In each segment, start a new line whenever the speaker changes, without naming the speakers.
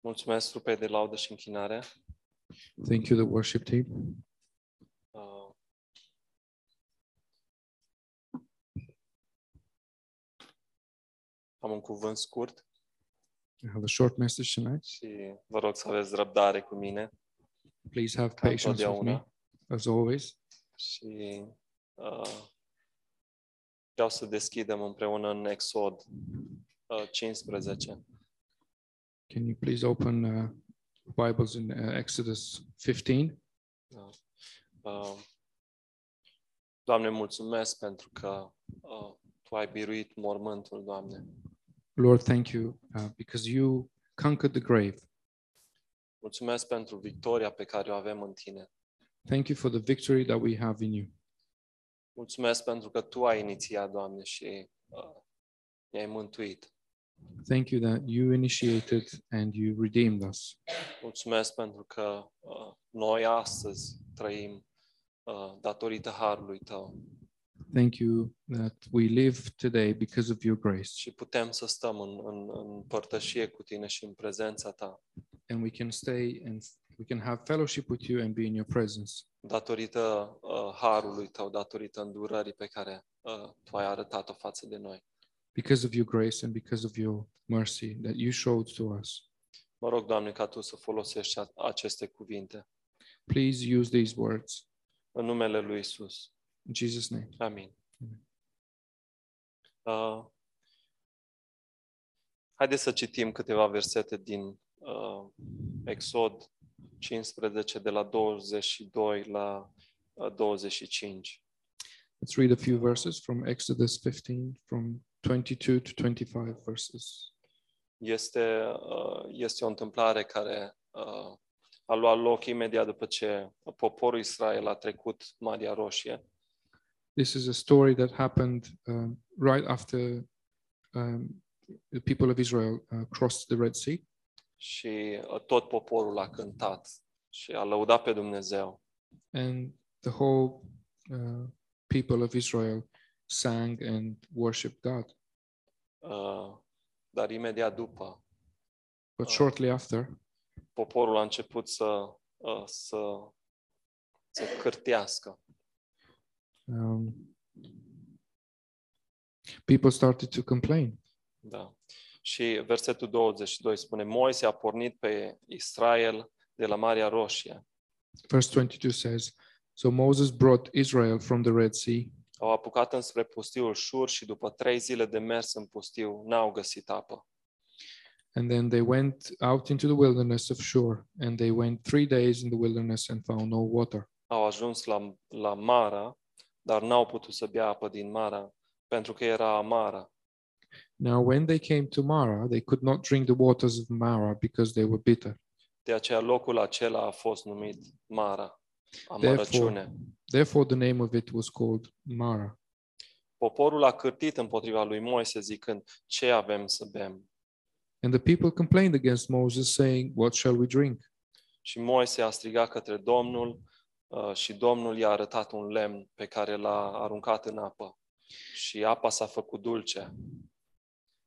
Mulțumesc trupei de laudă și închinare.
Thank you, the worship team.
Uh, Am un cuvânt scurt
I have a short message tonight.
și vă rog să aveți răbdare cu mine,
Please have
ca
patience with me,
întotdeauna.
as always.
Și uh, vreau să deschidem împreună în Exod uh, 15.
Can you please open uh, Bibles in uh, Exodus 15?
Uh, Doamne, mulțumesc pentru că uh, Tu ai biruit mormântul, Doamne.
Lord, thank you uh, because you conquered the grave.
Mulțumesc pentru victoria pe care o avem în Tine.
Thank you for the victory that we have in you.
Mulțumesc pentru că Tu ai inițiat, Doamne, și uh, ne-ai mântuit.
Thank you that you initiated and you redeemed us.
Mulțumesc pentru că uh, noi astăzi trăim uh, datorită harului Tău
Thank you that we live today because of your grace
și putem să stăm în, în, în părtășie cu Tine și în prezența Ta
and we can stay and we can have fellowship with you and be in your presence
datorită uh, harului Tău, datorită îndurării pe care uh, Tu ai arătat-o față de noi.
because of your grace and because of your mercy that you showed to us.
Mă rog, Doamne, ca Tu să folosești a- aceste cuvinte.
Please use these words
În numele Lui Isus.
in Jesus' name.
Amin.
Amin.
Uh, haideți să citim câteva versete din uh, Exod 15, de la 22 la uh, 25.
Let's read a few verses from Exodus 15, from 22 to 25 verses.
Este, uh, este o întâmplare care uh, a luat loc imediat după ce poporul Israel a trecut Marea Roșie
This is a story that happened um, right after um, the people of Israel uh, crossed the Red Sea,
și uh, tot poporul a cântat și a lăudat pe Dumnezeu.
and the whole uh, people of Israel sang and worshiped God.
Uh, dar imediat după
But
Oh.
shortly after,
poporul a început să, uh, să, să cârtească.
um, people started to complain.
Da. Și versetul 22 spune, Moise a pornit pe Israel de la Marea Roșie.
Verse 22 says, So Moses brought Israel from the Red Sea,
Au apucat înspre pustiul Șur și după trei zile de mers în pustiu n-au găsit apă.
and then they went out into the wilderness of Shur, and they went three days in the wilderness and found no water.
Au ajuns la, la Mara, dar n-au putut să bea apă din Mara, pentru că era amară.
Now, when they came to Mara, they could not drink the waters of Mara because they were bitter.
De aceea locul acela a fost numit Mara, amărăciune.
Therefore, the name of it was called Mara.
Poporul a cârtit împotriva lui Moise zicând, ce avem să bem?
And the people complained against Moses, saying, What shall we drink?
Și Moise a strigat către Domnul uh, și Domnul i-a arătat un lemn pe care l-a aruncat în apă. Și apa s-a făcut dulce.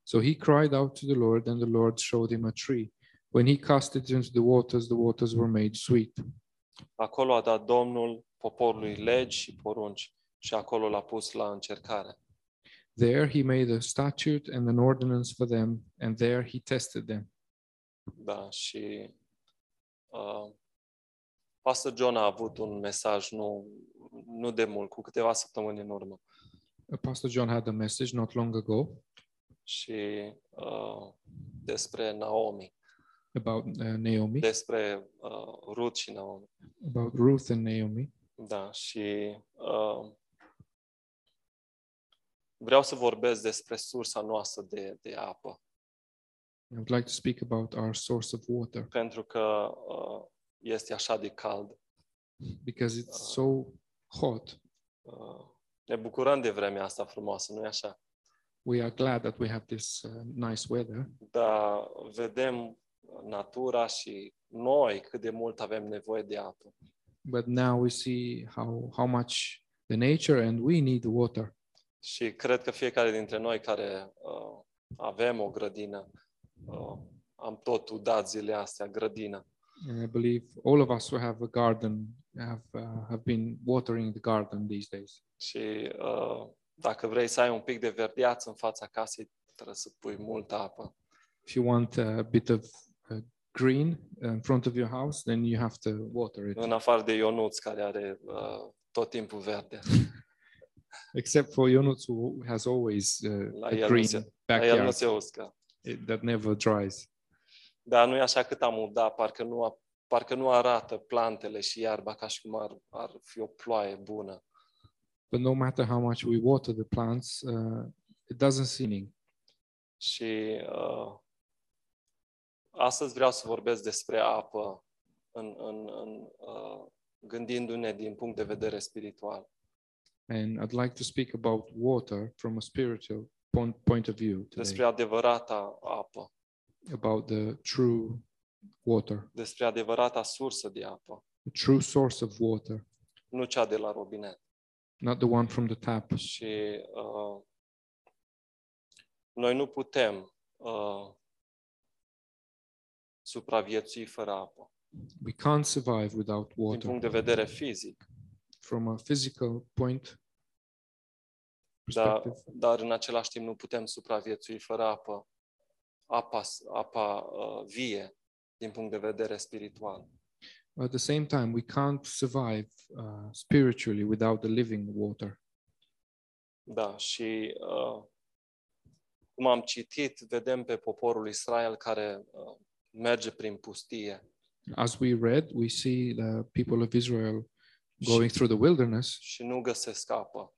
So he cried out to the Lord, and the Lord showed him a tree. When he cast it into the waters, the waters were made sweet.
Acolo a dat Domnul poporului legi și porunci și acolo l-a pus la încercare.
There he made a statute and an ordinance for them, and there he tested them.
Da, și uh, Pastor John a avut un mesaj nu, nu de mult, cu câteva săptămâni în urmă.
Pastor John had a message not long ago
Și uh, despre Naomi.
about uh, Naomi,
despre uh, Ruth și Naomi.
about Ruth and Naomi.
Da, și uh, vreau să vorbesc despre sursa noastră de, de apă,
I would like to speak about our source of water
pentru că uh, este așa de cald.
because it's so hot.
Uh, ne bucurăm de vremea asta frumoasă, nu-i așa?
We are glad that we have this uh, nice weather,
Dar vedem natura și noi cât de mult avem nevoie de apă.
but now we see how, how much the nature and we need water.
Și cred că fiecare dintre noi care uh, avem o grădină uh, am tot udat zilele astea grădina.
And I believe all of us who have a garden have, uh, have been watering the garden these days.
Și uh, dacă vrei să ai un pic de verdeață în fața casei, trebuie să pui multă apă.
If you want a bit of uh, green in front of your house, then you have to water it,
În afară de Ionuț, care are uh, tot timpul verde.
except for Ionuț, who has always uh,
La
a
el nu
green
se- Dar el nu
backyard
se uscă.
it- that never dries.
Dar nu e așa cât am udat, parcă nu, a- parcă nu arată plantele și iarba ca și cum ar, ar fi o ploaie bună.
But no matter how much we water the plants, uh, it doesn't seem.
Și uh, astăzi vreau să vorbesc despre apă, în, în, în, uh, gândindu-ne din punct de vedere spiritual.
And I'd like to speak about water from a spiritual point, point of view today,
Despre adevărata apă,
about the true water,
despre adevărata sursă de apă,
the true source of water,
nu cea de la robinet.
not the one from the tap.
Și uh, noi nu putem uh, supraviețui fără apă.
We can't survive without
Din
water.
punct de vedere fizic,
from a physical point
dar,
perspective,
dar în același timp nu putem supraviețui fără apă, apa, apa uh, vie, din punct de vedere spiritual.
at the same time, we can't survive uh, spiritually without the living water.
Da, și uh, cum am citit, vedem pe poporul Israel care uh, merge prin pustie
As we read, we see the people of Israel going
și,
through the wilderness,
și nu găsesc apă.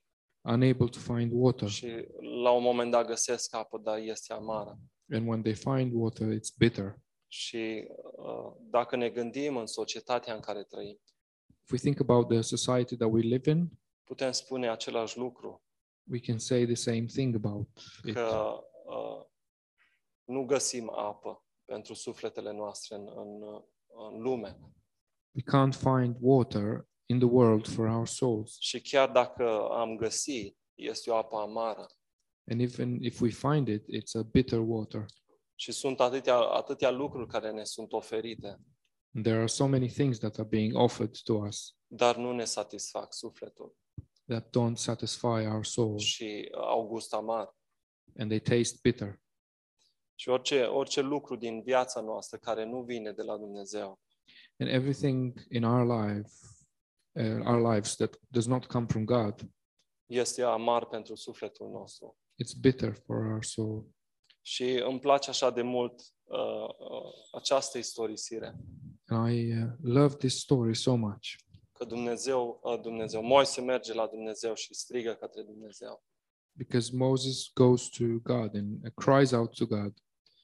unable to find water.
Și la un moment dat găsesc apă, dar este amară.
And when they find water, it's bitter.
Și uh, dacă ne gândim în societatea în care trăim,
If we think about the society that we live in,
putem spune același lucru,
we can say the same thing about it.
că uh, nu găsim apă pentru sufletele noastre în, în, în lume.
We can't find water in the world for our souls.
Și chiar dacă am găsi, este o apă amară.
And even if we find it, it's a bitter water.
Și sunt atâtea, atâtea lucruri care ne sunt oferite,
There are so many things that are being offered to us
dar nu ne satisfac sufletul
that don't satisfy our soul
și uh, au gust amar.
and they taste bitter.
Și orice, orice lucru din viața noastră care nu vine de la Dumnezeu
And everything in our life, uh, our lives that does not come from God,
este amar pentru sufletul nostru.
it's bitter for our soul.
Și îmi place așa de mult uh, uh, această istorisire,
And I uh, love this story so much
că Dumnezeu, uh, Dumnezeu, Moise merge la Dumnezeu și strigă către Dumnezeu.
because Moses goes to God and uh, cries out to God,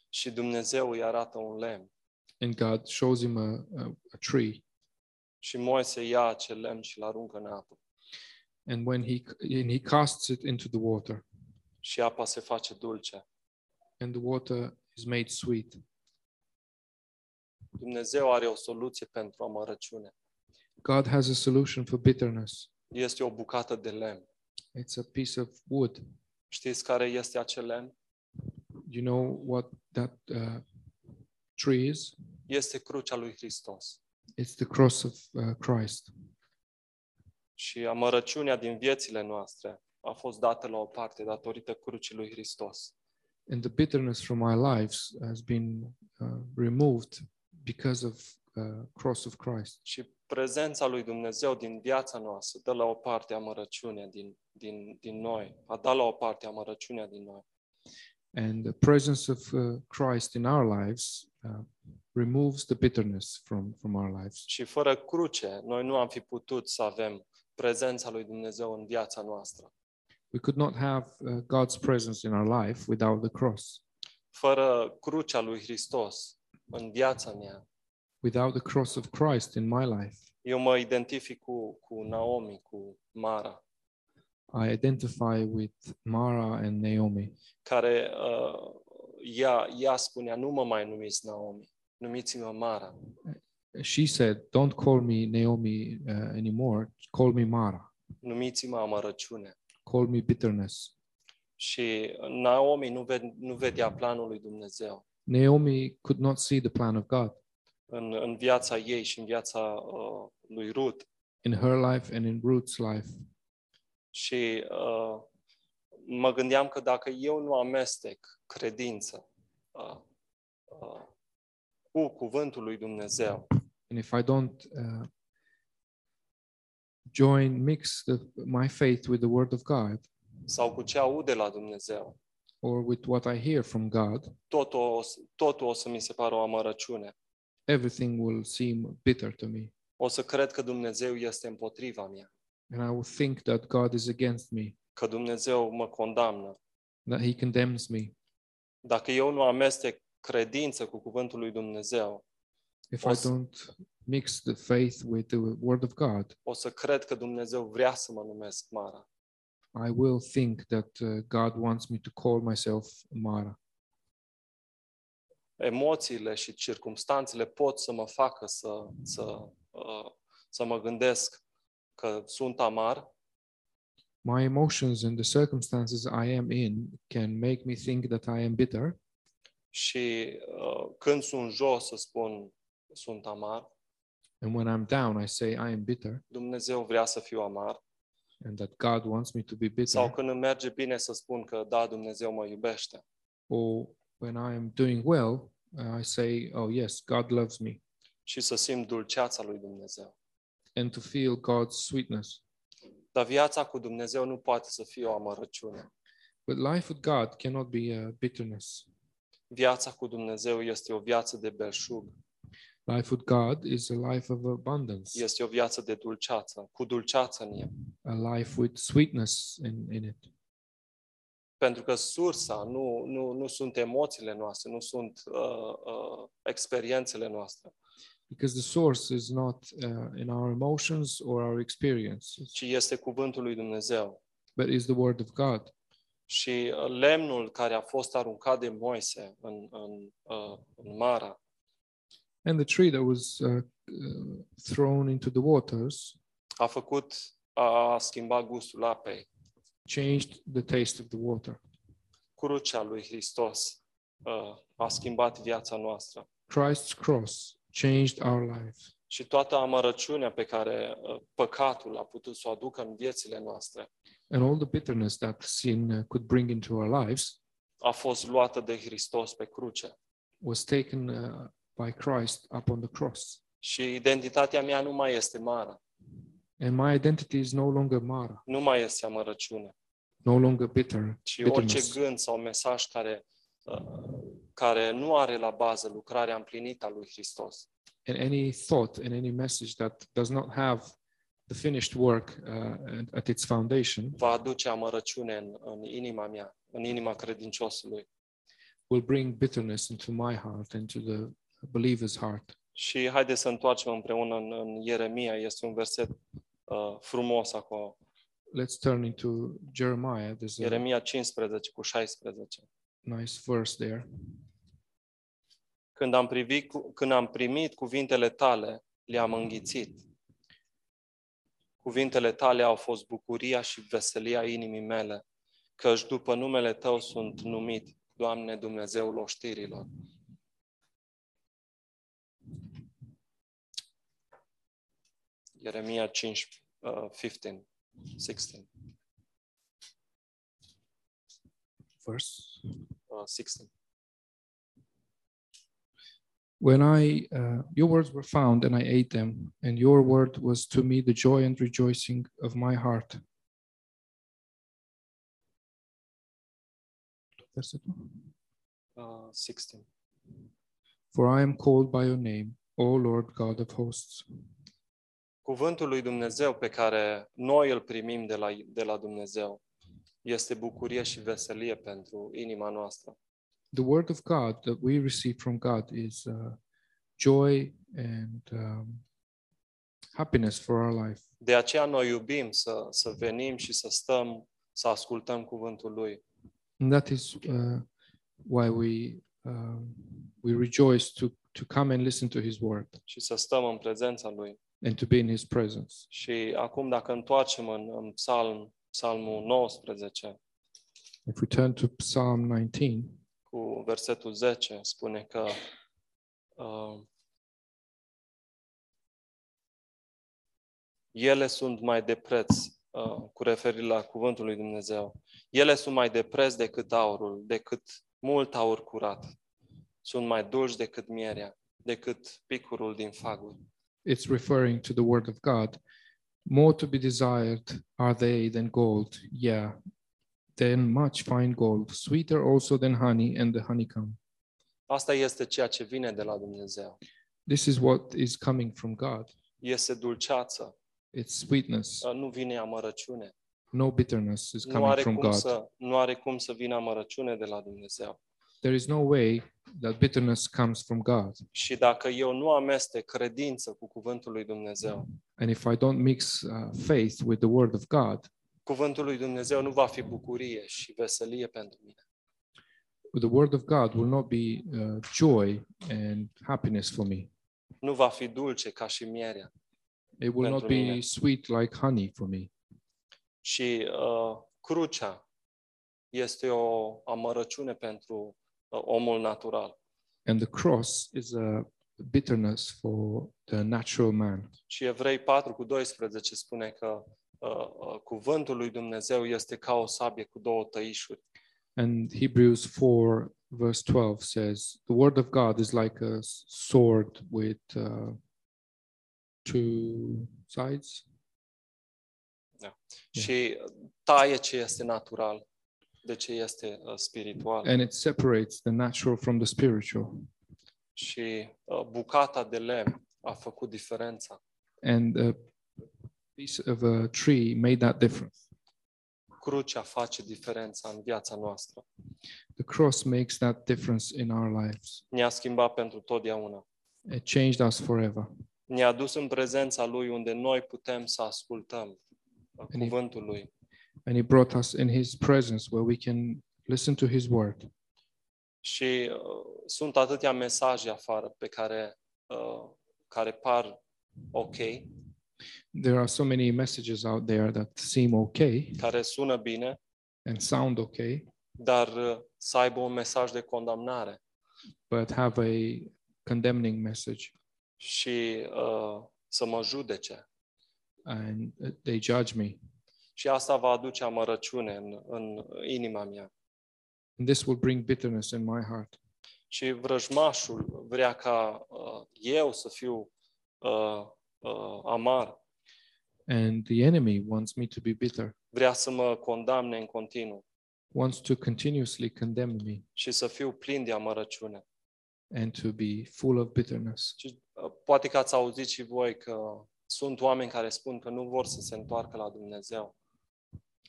Și Dumnezeu îi arată un lemn.
and God shows him a, a, a tree.
Și Moise ia acel lemn și îl aruncă în apă.
And when he and he casts it into the water,
Și apa se face dulce.
and the water is made sweet.
Dumnezeu are o soluție pentru amărăciune.
God has a solution for bitterness.
Este o bucată de lemn.
It's a piece of wood.
Știți care este acel lemn?
You know what that uh, tree is?
Este crucea lui Hristos.
It's the cross of uh, Christ.
și amărăciunea din viețile noastre a fost dată la o parte datorită crucii lui Hristos.
And the bitterness from our lives has been uh, removed because of uh, cross of Christ.
Și prezența lui Dumnezeu din viața noastră dă la o parte amărăciunea din, din, din noi, a dat la o parte amărăciunea din noi.
And the presence of uh, Christ in our lives uh, removes the bitterness from, from our lives.
Și fără cruce, noi nu am fi putut să avem prezența lui Dumnezeu în viața noastră.
We could not have uh, God's presence in our life without the cross.
Fără crucea lui Hristos în viața mea,
Without the cross of Christ in my life,
eu mă identific cu, cu Naomi, cu Mara,
I identify with Mara and Naomi.
care uh, ea, ea spunea, nu mă mai numiți Naomi, numiți-mă Mara.
she said, "Don't call me Naomi uh, anymore. Call me Mara.
numiți-mă amărăciune.
Call me bitterness."
Și Naomi nu, ve- nu vedea planul lui Dumnezeu.
Naomi could not see the plan of God
în, în viața ei și în viața uh, lui Ruth.
in her life and in Ruth's life.
Și uh, mă gândeam că dacă eu nu amestec credință uh, uh, cu cuvântul lui Dumnezeu,
And if I don't uh, join, mix the, my faith with the Word of God
sau cu ce aude la Dumnezeu,
or with what I hear from God,
totul, o să- totul o să mi se pară o amărăciune.
everything will seem bitter to me.
O să cred că Dumnezeu este împotriva mea,
And I will think that God is against me,
că Dumnezeu mă condamnă.
that He condemns me.
Dacă eu nu amestec credință cu cuvântul lui Dumnezeu,
If I
Awesome.
don't mix the faith with the Word of God,
o să cred că Dumnezeu vrea să mă numesc Mara.
I will think that uh, God wants me to call myself Mara.
Emoțiile și circumstanțele pot să mă facă să, să, uh, să mă gândesc că sunt amar,
My emotions and the circumstances I am in can make me think that I am bitter.
Și uh, când sunt jos să spun sunt amar,
And when I'm down, I say I am bitter
Dumnezeu vrea să fiu amar.
and that God wants me to be
Sau
bitter.
când îmi merge bine să spun că da, Dumnezeu mă iubește.
Or when I am doing well, uh, I say, oh, yes, God loves me.
Și să simt dulceața lui Dumnezeu.
And to feel God's sweetness.
Dar viața cu Dumnezeu nu poate să fie o amărăciune.
But life with God cannot be uh, bitterness.
Viața cu Dumnezeu este o viață de belșug,
Life with God is a life of abundance,
este o viață de dulceață, cu dulceață în ea.
a life with sweetness in, in it.
Pentru că sursa nu, nu, nu sunt emoțiile noastre, nu sunt uh, uh, experiențele noastre,
Because the source is not uh, in our emotions or our experiences,
ci este cuvântul lui Dumnezeu.
but is the Word of God.
Și uh, lemnul care a fost aruncat de Moise în, în, uh, în Mara
And the tree that was uh, uh, thrown into the waters
a făcut, a schimbat gustul apei.
changed the taste of the water.
Crucea lui Hristos uh, a schimbat viața noastră.
Christ's cross changed our lives.
Și toată amărăciunea pe care uh, păcatul a putut să o aducă în viețile noastre
And all the bitterness that sin uh, could bring into our lives
a fost luată de Hristos pe cruce.
was taken uh, by Christ upon the cross.
Și identitatea mea nu mai este Mara,
And my identity is no longer Mara,
nu mai este amărăciune,
no longer bitter,
ci
bitterness.
orice gând sau mesaj care, uh, care nu are la bază lucrarea împlinită a lui Hristos.
and any thought and any message that does not have the finished work uh, at- at its foundation
va aduce amărăciune în, în inima mea, în inima credinciosului.
will bring bitterness into my heart, into the believer's heart.
Și haideți să întoarcem împreună în, în Ieremia, este un verset uh, frumos acolo,
Let's turn into Jeremiah. There's a
Ieremia 15 cu 16.
nice verse there.
Când am, privit, cu- când am primit cuvintele tale, le-am înghițit. Cuvintele tale au fost bucuria și veselia inimii mele, căci după numele tău sunt numit, Doamne Dumnezeul oștirilor. Ieremia 5, uh, 15, 16,
Verse.
uh, 16.
When I, uh, your words were found and I ate them, and your word was to me the joy and rejoicing of my heart. Versetul.
Uh, 16.
For I am called by your name, O Lord God of hosts.
Cuvântul lui Dumnezeu pe care noi îl primim de la, de la Dumnezeu este bucurie și veselie pentru inima noastră.
The word of God that we receive from God is uh, joy and um, happiness for our life.
De aceea noi iubim să, să venim și să stăm, să ascultăm cuvântul lui.
And that is uh, why we, um, we rejoice to, to come and listen to his word
și să stăm în prezența lui.
and to be in his presence.
Și acum dacă întoarcem în, în psalm, psalmul 19
If we turn to Psalm 19,
cu versetul 10 spune că uh, ele sunt mai de preț, uh, cu referire la cuvântul lui Dumnezeu, ele sunt mai de preț decât aurul, decât mult aur curat, sunt mai dulci decât mierea, decât picurul din faguri.
It's referring to the word of God. More to be desired are they than gold, yeah, than much fine gold, sweeter also than honey and the honeycomb.
Asta este ceea ce vine de la Dumnezeu.
This is what is coming from God.
Este dulceață,
It's sweetness.
uh, nu vine amărăciune.
No bitterness is
Nu
coming
are,
from
cum
God.
să, nu are cum să vină amărăciune de la Dumnezeu.
There is no way that bitterness comes from God.
Și dacă eu nu amestec credință cu cuvântul lui Dumnezeu,
And if I don't mix uh, faith with the word of God,
cuvântul lui Dumnezeu nu va fi bucurie și veselie pentru mine.
the word of God will not be uh, joy and happiness for me.
Nu va fi dulce ca și mierea.
It will not
Pentru
be
mine.
sweet like honey for me.
Și uh, crucea este o amărăciune pentru uh, omul natural.
And the cross is a bitterness for the natural man.
Și Evrei 4 cu 12 spune că uh, uh, cuvântul lui Dumnezeu este ca o sabie cu două tăișuri.
And Hebrews 4, verse 12 says, The word of God is like a s- sword with uh, two sides. Yeah.
Și taie ce este natural de ce este uh, spiritual.
and it separates the natural from the spiritual.
și uh, bucata de lemn a făcut diferența.
And a piece of a tree made that difference.
Crucea face diferența în viața noastră.
The cross makes that difference in our lives.
Ne-a schimbat pentru totdeauna.
It changed us forever.
Ne-a dus în prezența Lui unde noi putem să ascultăm uh,
Amin.
cuvântul Lui.
And he brought us in his presence where we can listen to his word.
Și uh, sunt atâtea mesaje afară pe care, uh, care par ok,
There are so many messages out there that seem okay
care sună bine,
and sound okay,
dar uh, să aibă un mesaj de condamnare.
but have a condemning message
și uh, să mă judece.
and uh, they judge me.
Și asta va aduce amărăciune în, în inima mea.
And this will bring bitterness in my heart.
Și vrăjmașul vrea ca uh, eu să fiu uh, uh, amar,
And the enemy wants me to be bitter.
vrea să mă condamne în continuu
wants to continuously condemn me
și să fiu plin de amărăciune.
and to be full of bitterness.
Și, uh, poate că ați auzit și voi că sunt oameni care spun că nu vor să se întoarcă la Dumnezeu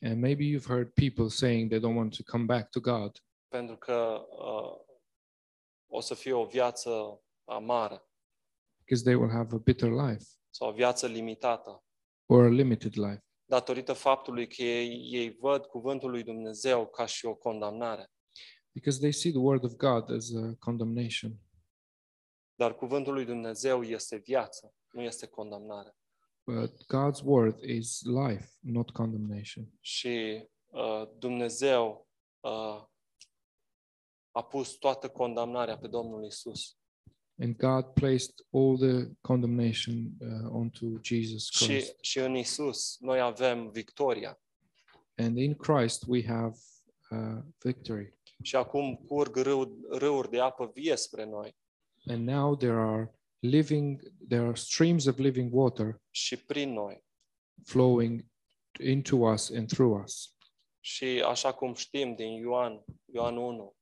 And maybe you've heard people saying they don't want to come back to God
pentru că uh, o să fie o viață amară
because they will have a bitter life
sau o viață limitată.
or a limited life
datorită faptului că ei, ei văd cuvântul lui Dumnezeu ca și o condamnare.
because they see the word of God as a condemnation.
Dar cuvântul lui Dumnezeu este viață, nu este condamnare.
But God's word is life, not condemnation.
Și uh, Dumnezeu uh, a pus toată condamnarea pe Domnul Isus.
And God placed all the condemnation uh, onto Jesus
Și,
Christ.
și în Isus noi avem victoria.
And in Christ we have uh, victory.
Și acum curg râu, râuri de apă vie spre noi
And now there are living, there are streams of living water
și prin noi.
flowing into us and through us.
Și așa cum știm din Ioan, Ioan 1,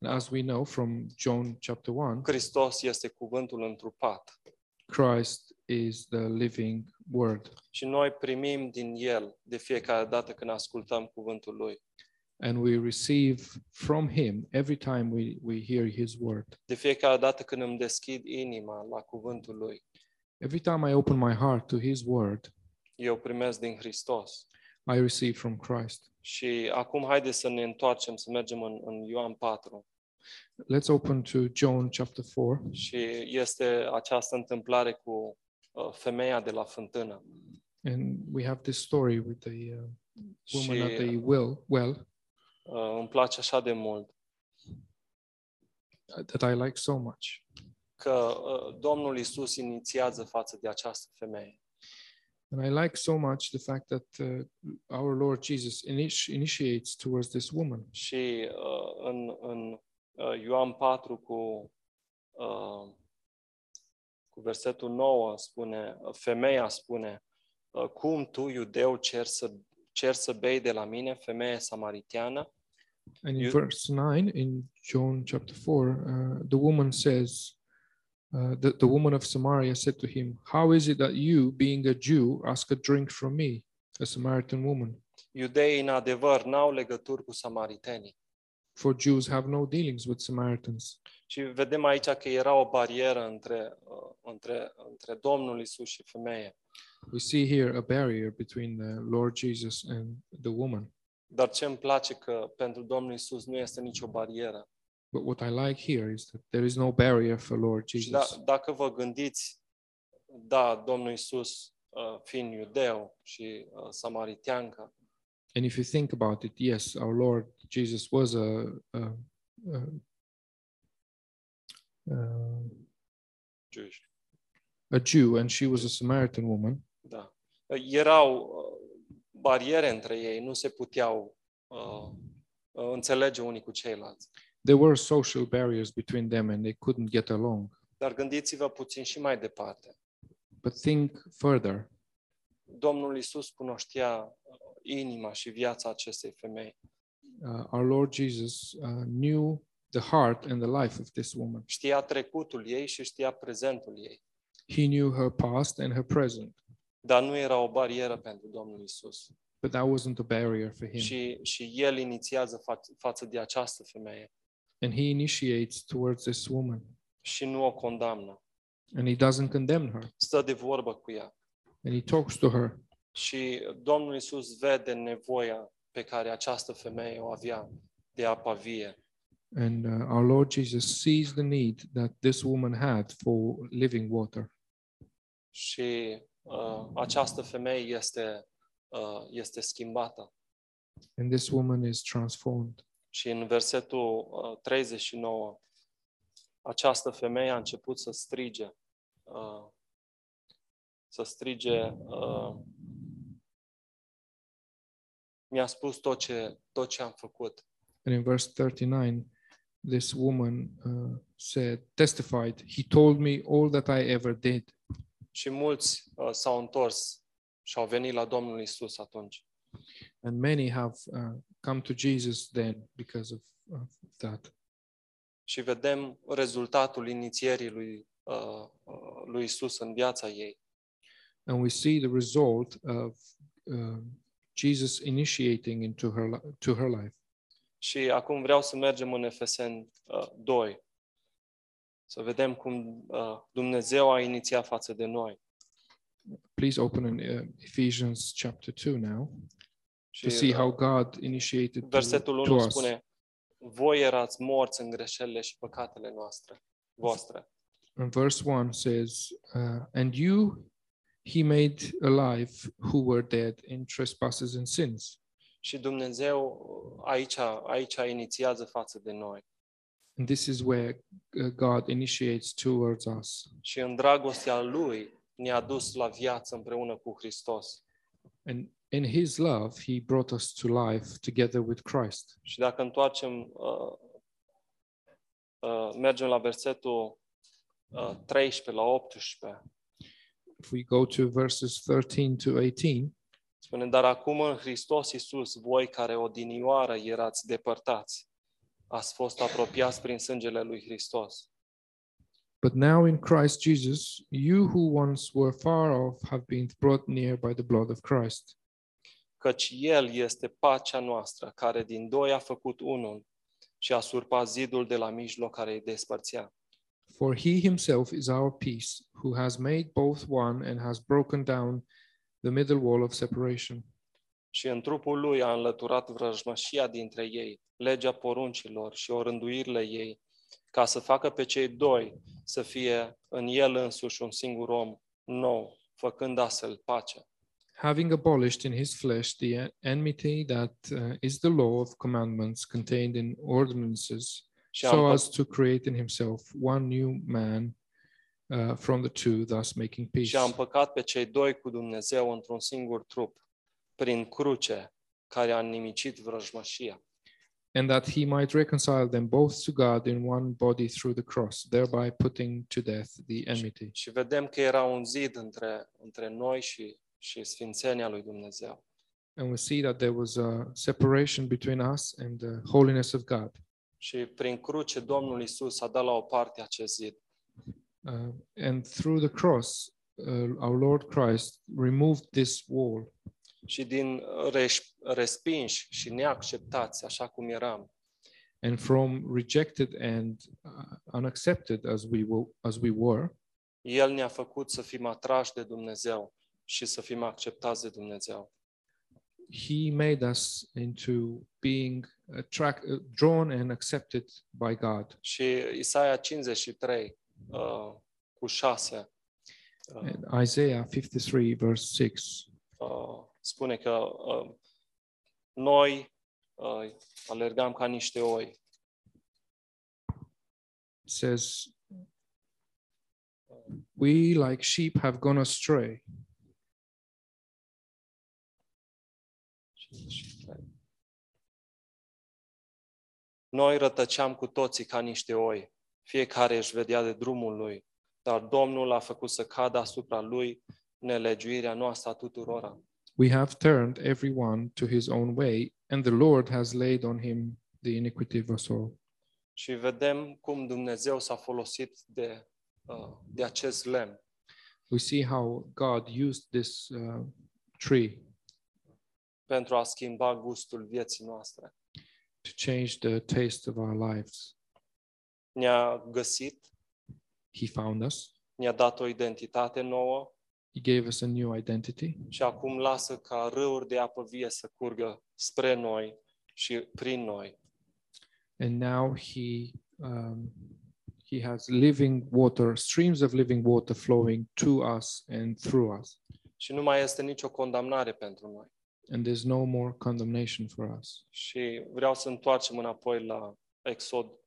And as we know from John chapter 1,
Hristos este cuvântul întrupat.
Christ is the living word.
Și noi primim din El de fiecare dată când ascultăm cuvântul Lui,
And we receive from him every time we, we hear his word.
de fiecare dată când îmi deschid inima la cuvântul Lui.
Every time I open my heart to his word,
Eu primesc din Hristos.
I receive from Christ.
Și acum haideți să ne întoarcem, să mergem în, în Ioan 4.
Let's open to John chapter 4.
Și este această întâmplare cu uh, femeia de la fântână.
And we have this story with the uh, woman
Și
at the will, well.
uh, îmi place așa de mult.
that I like so much.
că uh, Domnul Isus inițiază față de această femeie.
And I like so much the fact that uh, our Lord Jesus init- initiates towards this woman.
Și uh, în, în uh, Ioan 4 cu, uh, cu versetul 9 spune, femeia spune, uh, cum tu, iudeu, cer să, cer să bei de la mine, femeie samaritiană?
And in
You-
verse 9 in John chapter 4, uh, the woman says, uh, the, the woman of Samaria said to him, How is it that you, being a Jew, ask a drink from me, a Samaritan woman?
Iudeii, în adevăr, n-au legături cu samaritenii.
For Jews have no dealings with Samaritans.
Și vedem aici că era o barieră între, uh, între, între Domnul Isus și femeie.
We see here a barrier between the Lord Jesus and the woman.
Dar ce îmi place că pentru Domnul Isus nu este nicio barieră.
But what I like here is that there is no barrier for Lord
Și da,
Jesus.
dacă vă gândiți, da, Domnul Isus uh, fiind iudeu și uh, samariteancă,
And if you think about it, yes, our Lord Jesus was a, a, a, a-
Jewish,
a Jew and she was a Samaritan woman.
da, erau uh, bariere între ei, nu se puteau uh, înțelege unii cu ceilalți.
There were social barriers between them and they couldn't get along.
Dar gândiți-vă puțin și mai departe.
But think further.
Domnul Isus cunoștea uh, inima și viața acestei femei.
Uh, our Lord Jesus uh, knew the heart and the life of this woman.
Știa trecutul ei și știa prezentul ei.
He knew her past and her present,
Dar nu era o barieră pentru Domnul Isus.
but that wasn't a barrier for him.
Și, și el inițiază fa- față de această femeie
and he initiates towards this woman
și nu o condamnă.
and he doesn't condemn her
Stă de vorbă cu ea.
and he talks to her
Și Domnul Isus vede nevoia pe care această femeie o avea de apă vie.
and uh, our lord jesus sees the need that this woman had for living water
Și uh, această femeie este, uh, este schimbată.
and this woman is transformed
Și în versetul uh, 39, această femeie a început să strige, uh, să strige, uh, mi-a spus tot ce, tot ce am făcut.
and in verse 39 this woman uh, said testified he told me all that i ever did
Și mulți uh, s-au întors și au venit la Domnul Isus atunci.
and many have uh, come to jesus then because of, of that
Și vedem rezultatul inițierii lui, uh, uh, lui Isus în viața ei.
and we see the result of um, jesus initiating into her li- to her life
Și acum vreau să mergem în Efeseni uh, 2. Să vedem cum uh, Dumnezeu a inițiat față de noi.
please open in uh, Ephesians chapter 2 now
Și
to see
uh,
how God initiated to,
versetul 1
to us.
spune, voi erați morți în greșelile și păcatele noastre, voastre.
And verse 1 says, uh, And you he made alive who were dead in trespasses and sins.
Și Dumnezeu uh, aici, aici inițiază față de noi.
And this is where uh, God initiates towards us.
Și în dragostea Lui ne-a dus la viață împreună cu Hristos.
And in his love, he brought us to life together with Christ.
Și dacă întoarcem, uh, uh, mergem la versetul uh, 13 la 18,
If we go to verses 13 to 18,
Spune, dar acum în Hristos Iisus, voi care odinioară erați depărtați, ați fost apropiați prin sângele lui Hristos.
But now in Christ Jesus, you who once were far off have been brought near by the blood of Christ.
Căci El este pacea noastră, care din doi a făcut unul și a surpat zidul de la mijloc care îi despărțea.
For he himself is our peace, who has made both one and has broken down the middle wall of separation,
Și în trupul lui a înlăturat vrăjmășia dintre ei, legea poruncilor și orânduirile ei, ca să facă pe cei doi să fie în el însuși un singur om nou, făcând astfel pace.
having abolished in his flesh the en- enmity that uh, is the law of commandments contained in ordinances,
Și am,
so
pă-
as to create in himself one new man uh, from the two, thus making peace.
și a împăcat pe cei doi cu Dumnezeu într-un singur trup, prin cruce, care a nimicit vrăjmășia.
and that he might reconcile them both to God in one body through the cross, thereby putting to death the enmity.
Și vedem că era un zid între, între noi și, și sfințenia lui Dumnezeu.
And we see that there was a separation between us and the holiness of God.
Și prin cruce Domnul Isus a dat la o parte acest zid.
Uh, and through the cross, uh, our Lord Christ removed this wall.
Și din reș- respinși și neacceptați, așa cum eram,
And from rejected and uh, unaccepted as we, wo- as we were,
El ne-a făcut să fim atrași de Dumnezeu și să fim acceptați de Dumnezeu.
he made us into being attract, uh, drawn and accepted by God.
Și Isaia 53 uh, cu 6 uh,
And Isaiah 53, verse 6.
uh, spune că uh, noi uh, alergam ca niște oi.
It says, We like sheep have gone astray.
53. Noi rătăceam cu toții ca niște oi, fiecare își vedea de drumul lui, dar Domnul a făcut să cadă asupra lui nelegiuirea noastră a tuturora.
We have turned everyone to his own way, and the Lord has laid on him the iniquity of us all.
Și vedem cum Dumnezeu s-a folosit de, uh, de acest lemn.
We see how God used this uh, tree
pentru a schimba gustul vieții noastre.
to change the taste of our lives.
Ne-a găsit,
He found us,
ne-a dat o identitate nouă
He gave us a new identity,
și acum lasă ca râuri de apă vie să curgă spre noi și prin noi.
and now He um, He has living water, streams of living water flowing to us and through us.
Și nu mai este nicio condamnare pentru noi.
and there's no more condemnation for us.
Și vreau să întoarcem înapoi la Exod,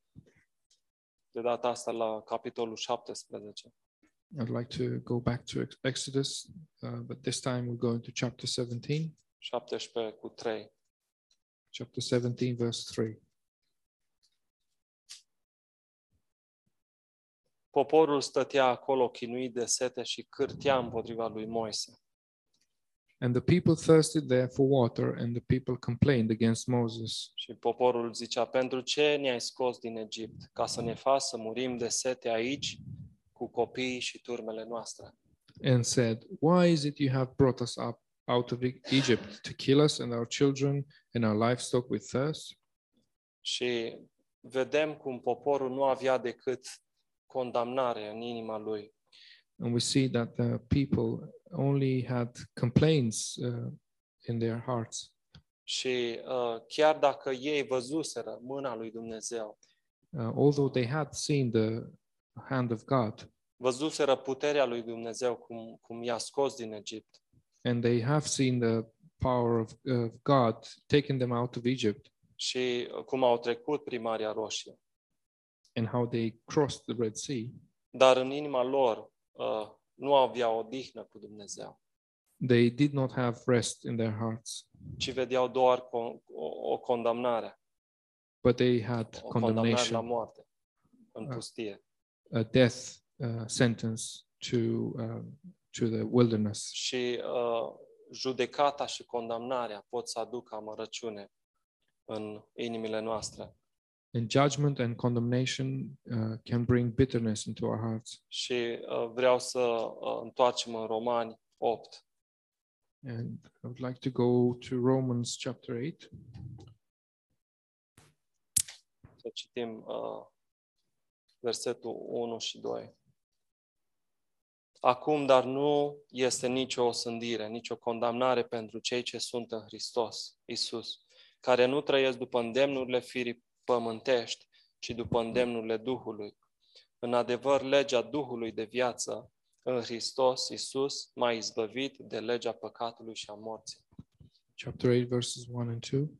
de data asta la capitolul 17.
I'd like to go back to Ex- Exodus, uh, but this time we're going to chapter 17,
17 cu 3.
chapter 17, verse 3.
Poporul stătea acolo chinuit de sete și cârtea împotriva lui Moise.
And the people thirsted there for water, and the people complained against Moses.
Și poporul zicea, pentru ce ne-ai scos din Egipt? Ca să ne faci să murim de sete aici cu copiii și turmele noastre.
and said, Why is it you have brought us up out of E- Egypt to kill us and our children and our livestock with thirst?
Și vedem cum poporul nu avea decât condamnare în inima lui.
And we see that the people only had complaints uh, in their hearts.
Și uh, chiar dacă ei văzuseră mâna lui Dumnezeu,
Uh, although they had seen the hand of God,
văzuseră puterea lui Dumnezeu cum, cum i-a scos din Egipt,
and they have seen the power of, of God taking them out of Egypt
și uh, cum au trecut primaria roșie.
and how they crossed the Red Sea,
Dar în inima lor uh, nu avea o dihnă cu Dumnezeu.
they did not have rest in their hearts,
ci vedeau doar con- o, o condamnare,
but they had
o condamnare la
condemnation,
moarte în
Ah.
pustie.
a death uh, sentence to um, to the wilderness.
Și uh, judecata și condamnarea pot să aducă amărăciune în inimile noastre.
And judgment and condemnation uh, can bring bitterness into our hearts.
Și uh, vreau să uh, întoarcem în Romani 8,
And I would like to go to Romans chapter eight.
să citim uh, versetul 1 și 2. Acum, dar nu este nicio osândire, nicio condamnare pentru cei ce sunt în Hristos, Isus, care nu trăiesc după îndemnurile firii pământești, ci după îndemnurile Duhului. În adevăr, legea Duhului de viață în Hristos, Isus, m-a izbăvit de legea păcatului și a morții.
chapter 8, verses 1 and 2.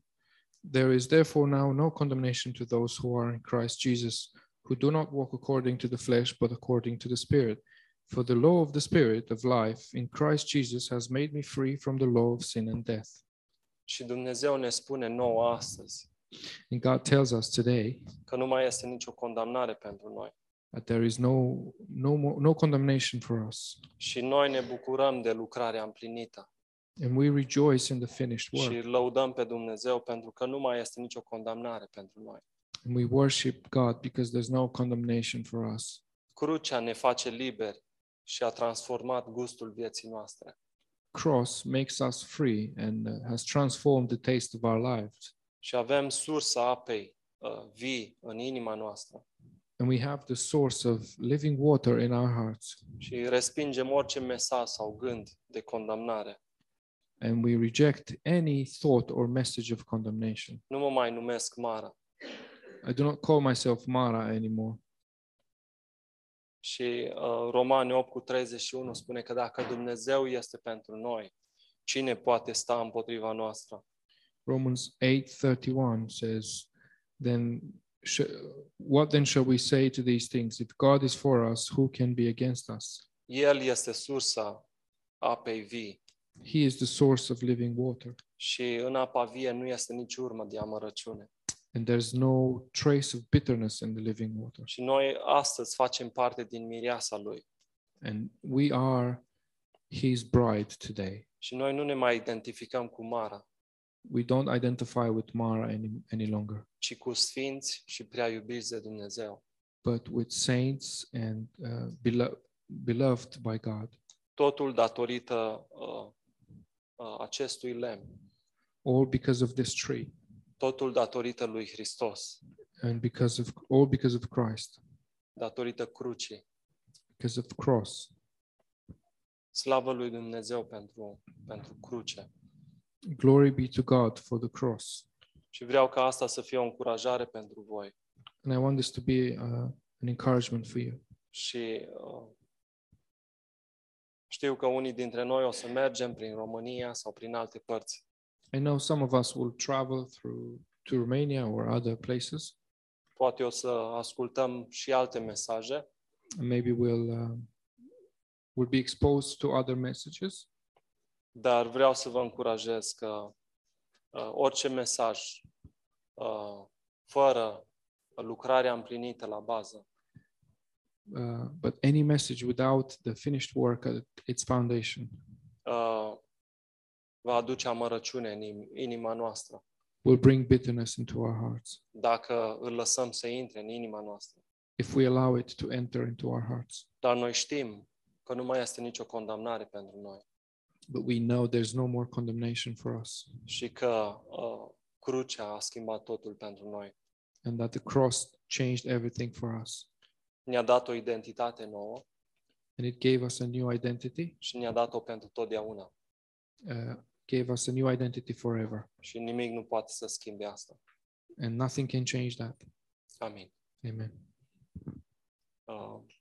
There is therefore now no condemnation to those who are in Christ Jesus, who do not walk according to the flesh, but according to the Spirit. For the law of the Spirit of life in Christ Jesus has made me free from the law of sin and death.
Și Dumnezeu ne spune nouă astăzi
And God tells us today
că nu mai este nicio condamnare pentru noi.
that there is no no more, no condemnation for us,
Și noi ne bucurăm de lucrarea împlinită
and we rejoice in the finished
și
work,
îl lăudăm pe Dumnezeu pentru că nu mai este nicio condamnare pentru noi.
and we worship God because there's no condemnation for us.
Crucea ne face liberi și a transformat gustul vieții noastre.
Cross makes us free and uh, has transformed the taste of our lives,
Și avem sursa apei uh, vii în inima noastră
and we have the source of living water in our hearts,
și respingem orice mesaj sau gând de condamnare.
and we reject any thought or message of condemnation.
Nu mă mai numesc Mara.
I do not call myself Mara anymore.
Și uh, Romani 8 cu 31 spune că dacă Dumnezeu este pentru noi, cine poate sta împotriva noastră?
Romans 8:31 says, "Then sh- what then shall we say to these things? If God is for us, who can be against us?
El este sursa apei vii
He is the source of living water,
și în apa vie nu este nici urmă de amărăciune.
and there's no trace of bitterness in the living water.
Și noi astăzi facem parte din mireasa Lui
And we are His bride today.
și noi nu ne mai identificăm cu Mara,
We don't identify with Mara any, any longer,
ci cu sfinți și prea iubiți de Dumnezeu.
but with saints and uh, belo- beloved by God.
Totul datorită uh, uh, acestui lemn,
All because of this tree,
totul datorită lui Hristos,
and because of all because of Christ,
datorită crucii.
because of the cross."
Slavă lui Dumnezeu pentru, pentru cruce.
Glory be to God for the cross.
Și vreau ca asta să fie o încurajare pentru voi.
And I want this to be uh, an encouragement for you.
Și uh, știu că unii dintre noi o să mergem prin România sau prin alte părți.
I know some of us will travel through to Romania or other places.
Poate o să ascultăm și alte mesaje,
And maybe we'll um, will be exposed to other messages.
dar vreau să vă încurajez că uh, orice mesaj uh, fără lucrarea împlinită la bază
Uh, but any message without the finished work at its foundation
uh, va aduce amărăciune în in- inima noastră.
will bring bitterness into our hearts
dacă îl lăsăm să intre în inima noastră.
if we allow it to enter into our hearts.
Dar noi știm că nu mai este nicio condamnare pentru noi
But we know there's no more condemnation for us,
și că uh, crucea a schimbat totul pentru noi.
and that the cross changed everything for us,
Ne-a dat o identitate nouă
and it gave us a new identity.
și ne-a dat-o pentru totdeauna
uh, gave us a new identity forever,
și nimic nu poate să schimbe asta.
and nothing can change that.
Amin.
Amen.
Uh,